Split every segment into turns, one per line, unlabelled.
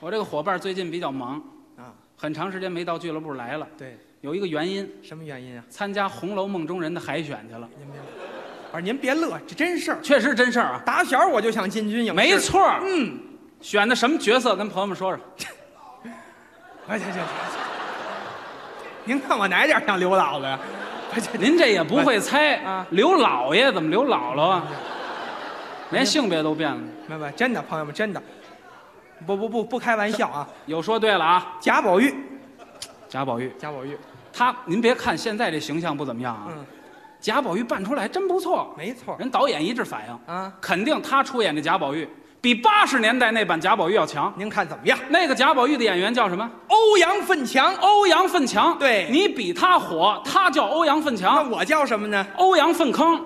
我这个伙伴最近比较忙，
啊，
很长时间没到俱乐部来了。
对，
有一个原因，
什么原因啊？
参加《红楼梦》中人的海选去了，
您别，不是您别乐，这真事儿。
确实真事儿啊，
打小我就想进军影视，
没错儿。
嗯，
选的什么角色？跟朋友们说说。
哎，行行行，您看我哪点儿像刘老子呀？哎 这
您这也不会猜
啊
刘老爷怎么刘姥姥 啊？连性别都变了。
没没，真的，朋友们，真的，不不不不开玩笑啊！
有说对了啊，
贾宝玉，
贾宝玉，
贾宝玉，
他您别看现在这形象不怎么样啊，
嗯，
贾宝玉扮出来还真不错，
没错
人导演一致反应，
啊。
肯定他出演的贾宝玉比八十年代那版贾宝玉要强。
您看怎么样？
那个贾宝玉的演员叫什么？
欧阳奋强，
欧阳奋强。
对
你比他火，他叫欧阳奋
那
强，
我叫什么呢？
欧阳粪坑。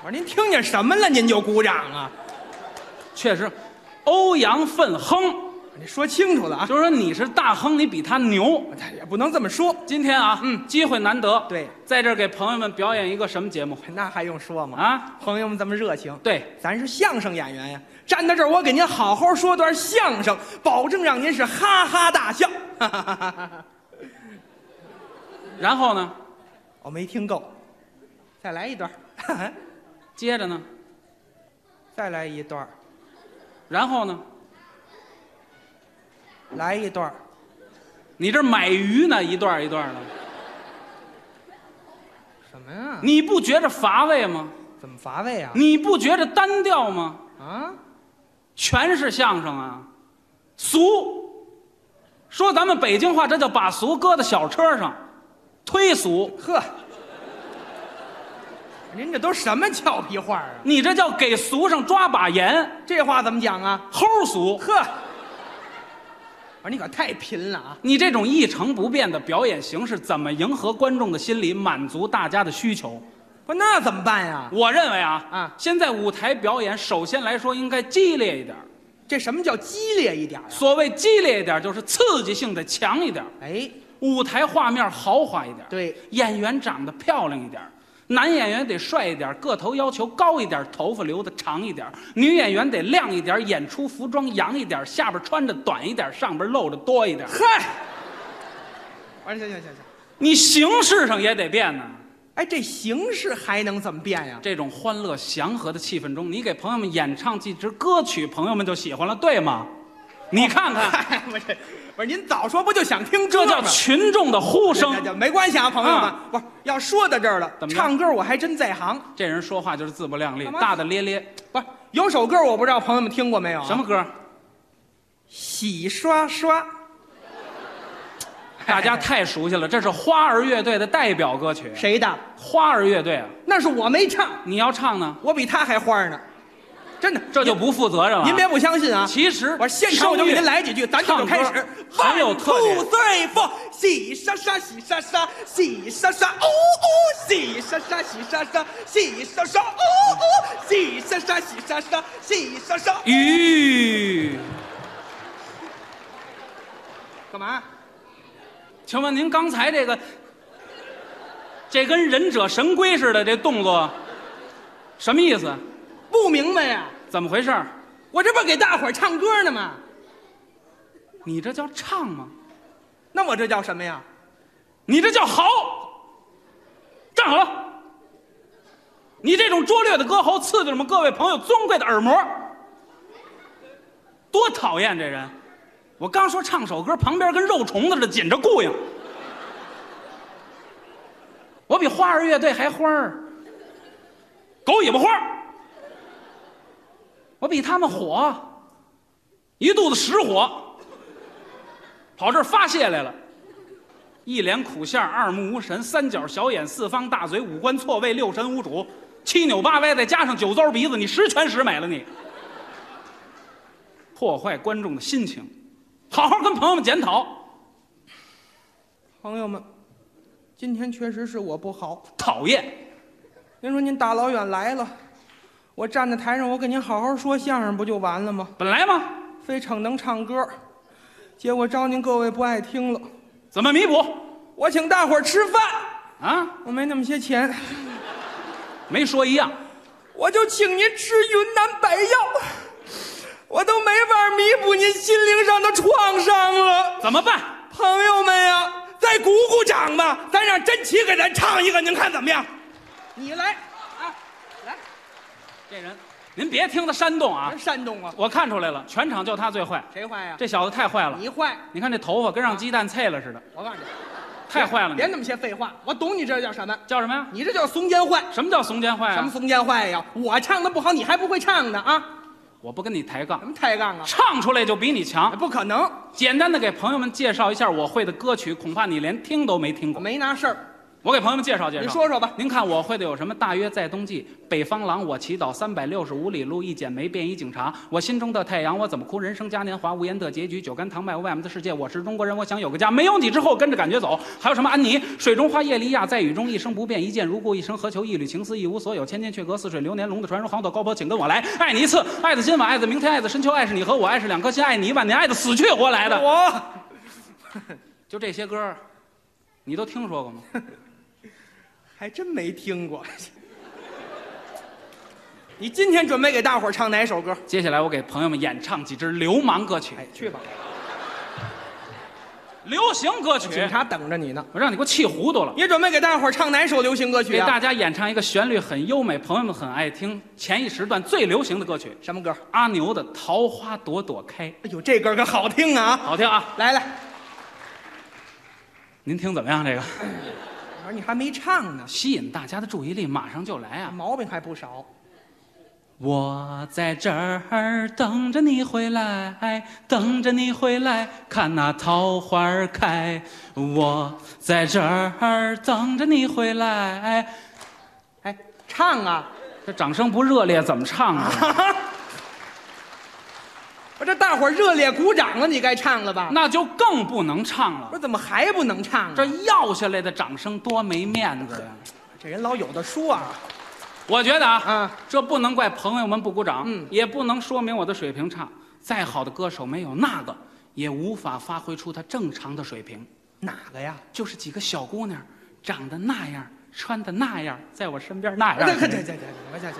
我说您听见什么了？您就鼓掌啊！
确实，欧阳粪亨，
你说清楚了啊！哎
就是说你是大亨，你比他牛。
也不能这么说，
今天啊，
嗯，
机会难得，
对，
在这儿给朋友们表演一个什么节目
那还用说吗？
啊？
朋友们这么热情，
对，
咱是相声演员呀，站在这儿我给您好好说段相声，保证让您是哈哈大笑。 哈哈哈哈哈！
然后呢，
我没听够，再来一段儿，
接着呢，
再来一段儿，
然后呢，
来一段儿，
你这买鱼呢，一段一段的，
什么呀？
你不觉着乏味吗？
怎么乏味啊？
你不觉着单调吗？
啊，
全是相声啊，俗。说咱们北京话，这叫把俗搁在小车上，推俗。
呵，您这都什么俏皮话啊？
你这叫给俗上抓把盐，
这话怎么讲啊？
齁俗。
呵，我说你可太贫了啊！
你这种一成不变的表演形式，怎么迎合观众的心理，满足大家的需求？
不，那怎么办呀？
我认为啊，
啊
现在舞台表演首先来说应该激烈一点儿。
这什么叫激烈一点儿啊？
所谓激烈一点儿，就是刺激性得强一点儿，
哎，
舞台画面豪华一点儿，
对，
演员长得漂亮一点儿，男演员得帅一点儿，个头要求高一点儿，头发留得长一点儿；女演员得亮一点儿，演出服装洋一点儿，下边穿着短一点儿，上边露着多一点儿。
嗨，我说行行行行，
你形式上也得变呢。
哎，这形式还能怎么变呀？
这种欢乐祥和的气氛中，你给朋友们演唱几支歌曲，朋友们就喜欢了，对吗？你看看。
嗨，我这哎不是您早说不就想 听
这
吗
叫群众的呼
这
声。
这没关系啊，朋友们
啊，
不是要说到这儿了
怎，么着
唱歌我还真在行。
这人说话就是自不量力
干，嘛
大大咧咧。
不是有首歌我不知道朋友们听过没有啊？
什么歌？
洗刷刷，
大家太熟悉了，这是花儿乐队的代表歌曲。
谁的？
花儿乐队啊，
那是我没唱，
你要唱呢，
我比他还花呢，真的。
这就不负责任了。
您别不相信啊！
其实
我现场我就给您
声乐
来几句，咱就开始。
唱歌很有特点
One, two, three, four，洗刷刷，洗刷刷，洗刷刷，哦哦，洗刷刷，洗刷刷，洗刷刷，哦哦，洗刷刷，洗刷刷，洗刷刷。
咦，
干嘛？
请问您刚才这个，这跟忍者神龟似的这动作，什么意思？
不明白呀、
怎么回事儿？
我这不给大伙儿唱歌呢吗？
你这叫唱吗？
那我这叫什么呀？
你这叫嚎！站好了！你这种拙劣的歌喉，刺激了我们各位朋友尊贵的耳膜，多讨厌这人！我刚说唱首歌，旁边跟肉虫子似的紧着顾应。我比花儿乐队还花儿，狗尾巴花儿，我比他们火，一肚子实火，跑这儿发泄来了。一脸苦相，二目无神，三角小眼，四方大嘴，五官错位，六神无主，七扭八歪，再加上酒糟鼻子，你十全十美了你。破坏观众的心情，好好跟朋友们检讨，
朋友们，今天确实是我不好。
讨厌。
您说您大老远来了，我站在台上，我给您好好说相声，不就完了吗？
本来嘛，
非逞能唱歌，结果招您各位不爱听了。
怎么弥补
我请大伙儿吃饭，
啊？
我没那么些钱，
没说一样，
我就请您吃云南白药。您心灵上的创伤了。
怎么办？
朋友们呀、再鼓鼓掌吧，咱让真奇给咱唱一个，您看怎么样？你来啊，来，
这人，您别听他煽动啊
咱！山东啊，
我看出来了，全场就他最坏，
谁坏呀、啊
这小子太坏了。
你坏，
你看这头发跟让鸡蛋碎了似的，
我告诉你，
太坏了你
别！那么些废话，我懂你这叫什么，
叫什么呀？
你这叫怂奸坏。
什么叫怂奸坏
什么
啊？
怂奸坏呀？我唱的不好，你还不会唱呢啊？
我不跟你抬
什
杠，
么抬杠啊？哎
唱出来就比你强。
不可能，
简单的给朋友们介绍一下我会的歌曲，恐怕你连听都没听
我
过。
没那事儿。
我给朋友们介绍介绍。
您说说吧
您看我会的有什么？大约在冬季，北方狼，我祈祷三百六十五里路，一剪梅便衣警察。我心中的太阳，我怎么哭？人生嘉年华，无言的结局，酒干倘卖无外面的世界。我是中国人，我想有个家。没有你之后，跟着感觉走。还有什么安妮？水中花，叶利亚，在雨中一生不变，一见如故，一生何求？一缕情丝，一无所有，千年却隔似水流年。龙的传说，航走高坡，请跟我来。爱你一次，爱的今晚，爱的明天，爱的深秋，爱是你和我，爱是两颗心，爱你一万年，爱的死去活来的。
哎我
就这些歌儿，你都听说过吗？
还真没听过。你今天准备给大伙儿唱哪首歌？
接下来我给朋友们演唱几支流氓歌曲、
哎，去吧，
流行歌曲，
警察等着你呢。
我让你给我气糊涂了。
你准备给大伙儿唱哪首流行歌曲
给哎大
啊？
家演唱一个旋律很优美，朋友们很爱听，前一时段最流行的歌曲，
什么歌？
阿牛的《桃花朵朵开》，
哎呦，这歌可好听啊！
好听啊！
来来，
您听怎么样？这个
我说你还没唱呢，
吸引大家的注意力，马上就来啊！
毛病还不少。
我在这儿等着你回来，等着你回来，看那桃花儿开。我在这儿等着你回来，
哎，唱啊！
这掌声不热烈怎么唱啊？
我这大伙儿热烈鼓掌了，啊你该唱了吧？
那就更不能唱
我
了。
说怎么还不能唱
这
啊？
要下来的掌声多没面子呀！
这人老有的说啊。
我觉得啊，
啊
这不能怪朋友们不鼓掌，
嗯
也不能说明我的水平差。再好的歌手没有那个，也无法发挥出他正常的水平。
哪 个呀？
就是几个小姑娘，长得那样，穿的那样，在我身边那
这
样。
这这这这，我这这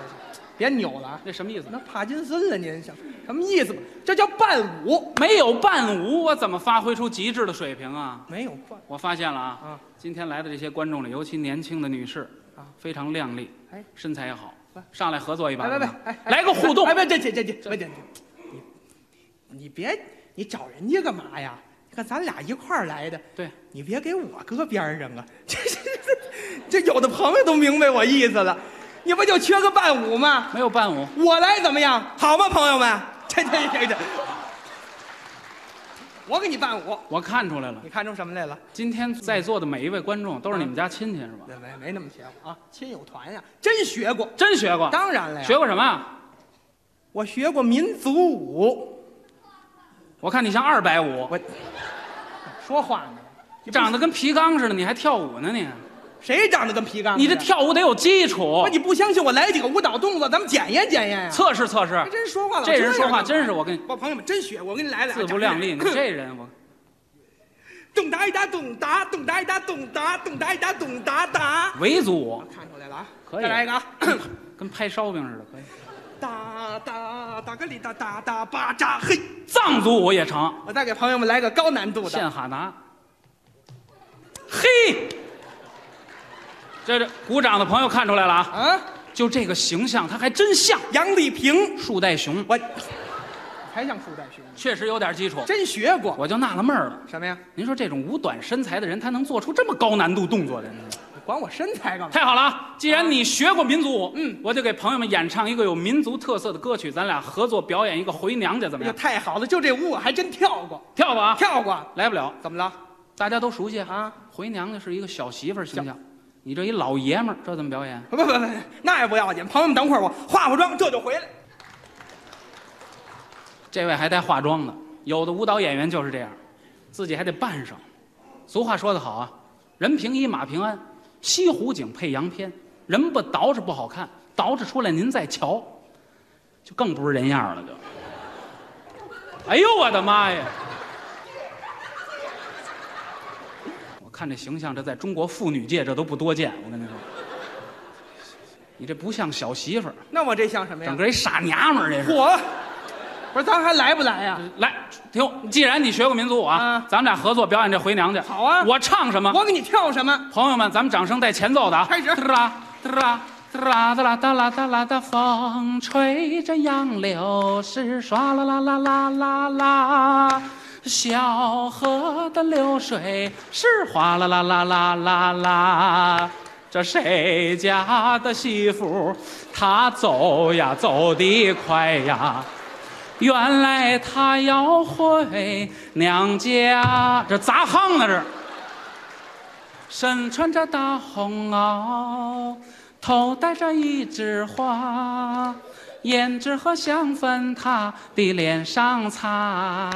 别扭了啊！
那什么意思
那？帕金森了，您想什么意思吧？这叫伴舞，
没有伴舞，我怎么发挥出极致的水平啊？
没有伴。
我发现了啊，
啊
今天来的这些观众里，尤其年轻的女士
啊
非常靓丽，
哎
身材也好
来，
上来合作一把吧，
哎，别别，哎，
来个互动
哎，。别，这这这这，别别，你你别，你找人家干嘛呀？你看咱俩一块儿来的，
对，
你别给我搁边儿上啊！ 这这这，这有的朋友都明白我意思了，你不就缺个伴舞吗？
没有伴舞，
我来怎么样？好吗，朋友们？ 这这这这，我给你伴舞，
我看出来了
你。看出什么来了？
今天在座的每一位观众都是你们家亲戚是吧？
没没没那么学过啊，亲友团呀、真学过。
真学过，
当然了呀，
学过什么啊？
我学过民族舞。
我看你像二百五，
我说话呢，你不
长得跟皮缸似的，你还跳舞呢你？
谁长得跟皮杠似
你
的？
这跳舞得有基础
不，，你不相信我来几个舞蹈动作，咱们检验检验呀、
测试测试
还。真说话了，
这人说话
这
真是我跟你
样。我朋友们真学，我给你来来，
自不 量力，你
长这样
这人我
咚哒一哒咚哒咚哒一哒咚哒咚哒一哒咚哒哒，
维族舞
看出来了啊，
可以
再来一个啊。
跟拍烧饼似的，可以。
哒哒哒个里哒哒哒巴扎嘿！
藏族舞也成，
我再给朋友们来个高难度的，
献哈达。嘿，这这鼓掌的朋友看出来了啊，
啊，
就这个形象，他还真像
杨丽萍，
树袋熊，
我才像树袋兄弟，
确实有点基础。
真学过
我就纳了闷儿了。
什么呀？
您说这种五短身材的人，他能做出这么高难度动作的人？
你管我身材干嘛？
太好了啊！既然你学过民族舞，
嗯，
我就给朋友们演唱一个有民族特色的歌曲，咱俩合作表演一个《回娘家》，怎么
哎呦，
样？
太好了，就这舞我还真跳过，
跳吧啊！
跳过，
来不了，
怎么了？
大家都熟悉啊
啊。
回娘家是一个小媳妇儿形象，你这一老爷们儿，这怎么表演？
不不不，那也不要紧。朋友们，等会儿我化化妆，这就回来。
这位还带化妆的，有的舞蹈演员就是这样，自己还得扮上。俗话说得好啊，人平一马平安，西湖景配洋片，人不捯饬不好看，捯饬出来您再瞧，就更不是人样了就。哎呦我的妈呀！我看这形象，这在中国妇女界这都不多见。我跟你说，你这不像小媳妇儿，
那我这像什么
整
呀？
个一傻娘们儿，这是。
我， 不是，咱还来不来呀？
来，听，既然你学过民族舞啊
啊，
咱们俩合作表演这回娘家。
好啊
我唱什么？
我给你跳什么？
朋友们，咱们掌声带前奏的啊！
开始
哒啦哒啦哒啦哒啦哒啦哒啦哒，风吹着杨柳枝，唰啦啦啦啦啦啦。小河的流水是哗啦啦啦啦啦啦。这谁家的媳妇，她走呀走得快呀，原来她要回娘家。这砸夯呢这。身穿着大红袄，头戴着一枝花，胭脂和香粉她的脸上擦。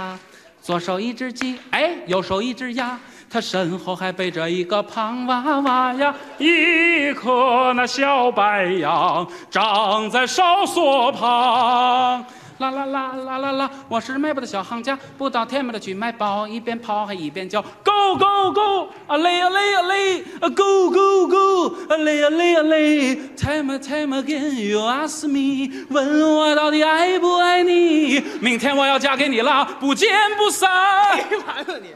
左手一只鸡，哎，右手一只鸭，她身后还背着一个胖娃娃呀，一颗那小白杨长在哨所旁。啦啦啦啦啦啦！我是卖报的小行家，不到天门的去卖报，一边跑还一边叫，Go Go Go！啊嘞啊嘞啊嘞啊，Go Go Go！啊嘞啊嘞啊嘞！Time and time again you ask me，问我到底爱不爱你？明天我要嫁给你啦，不见不散。
哎完了你！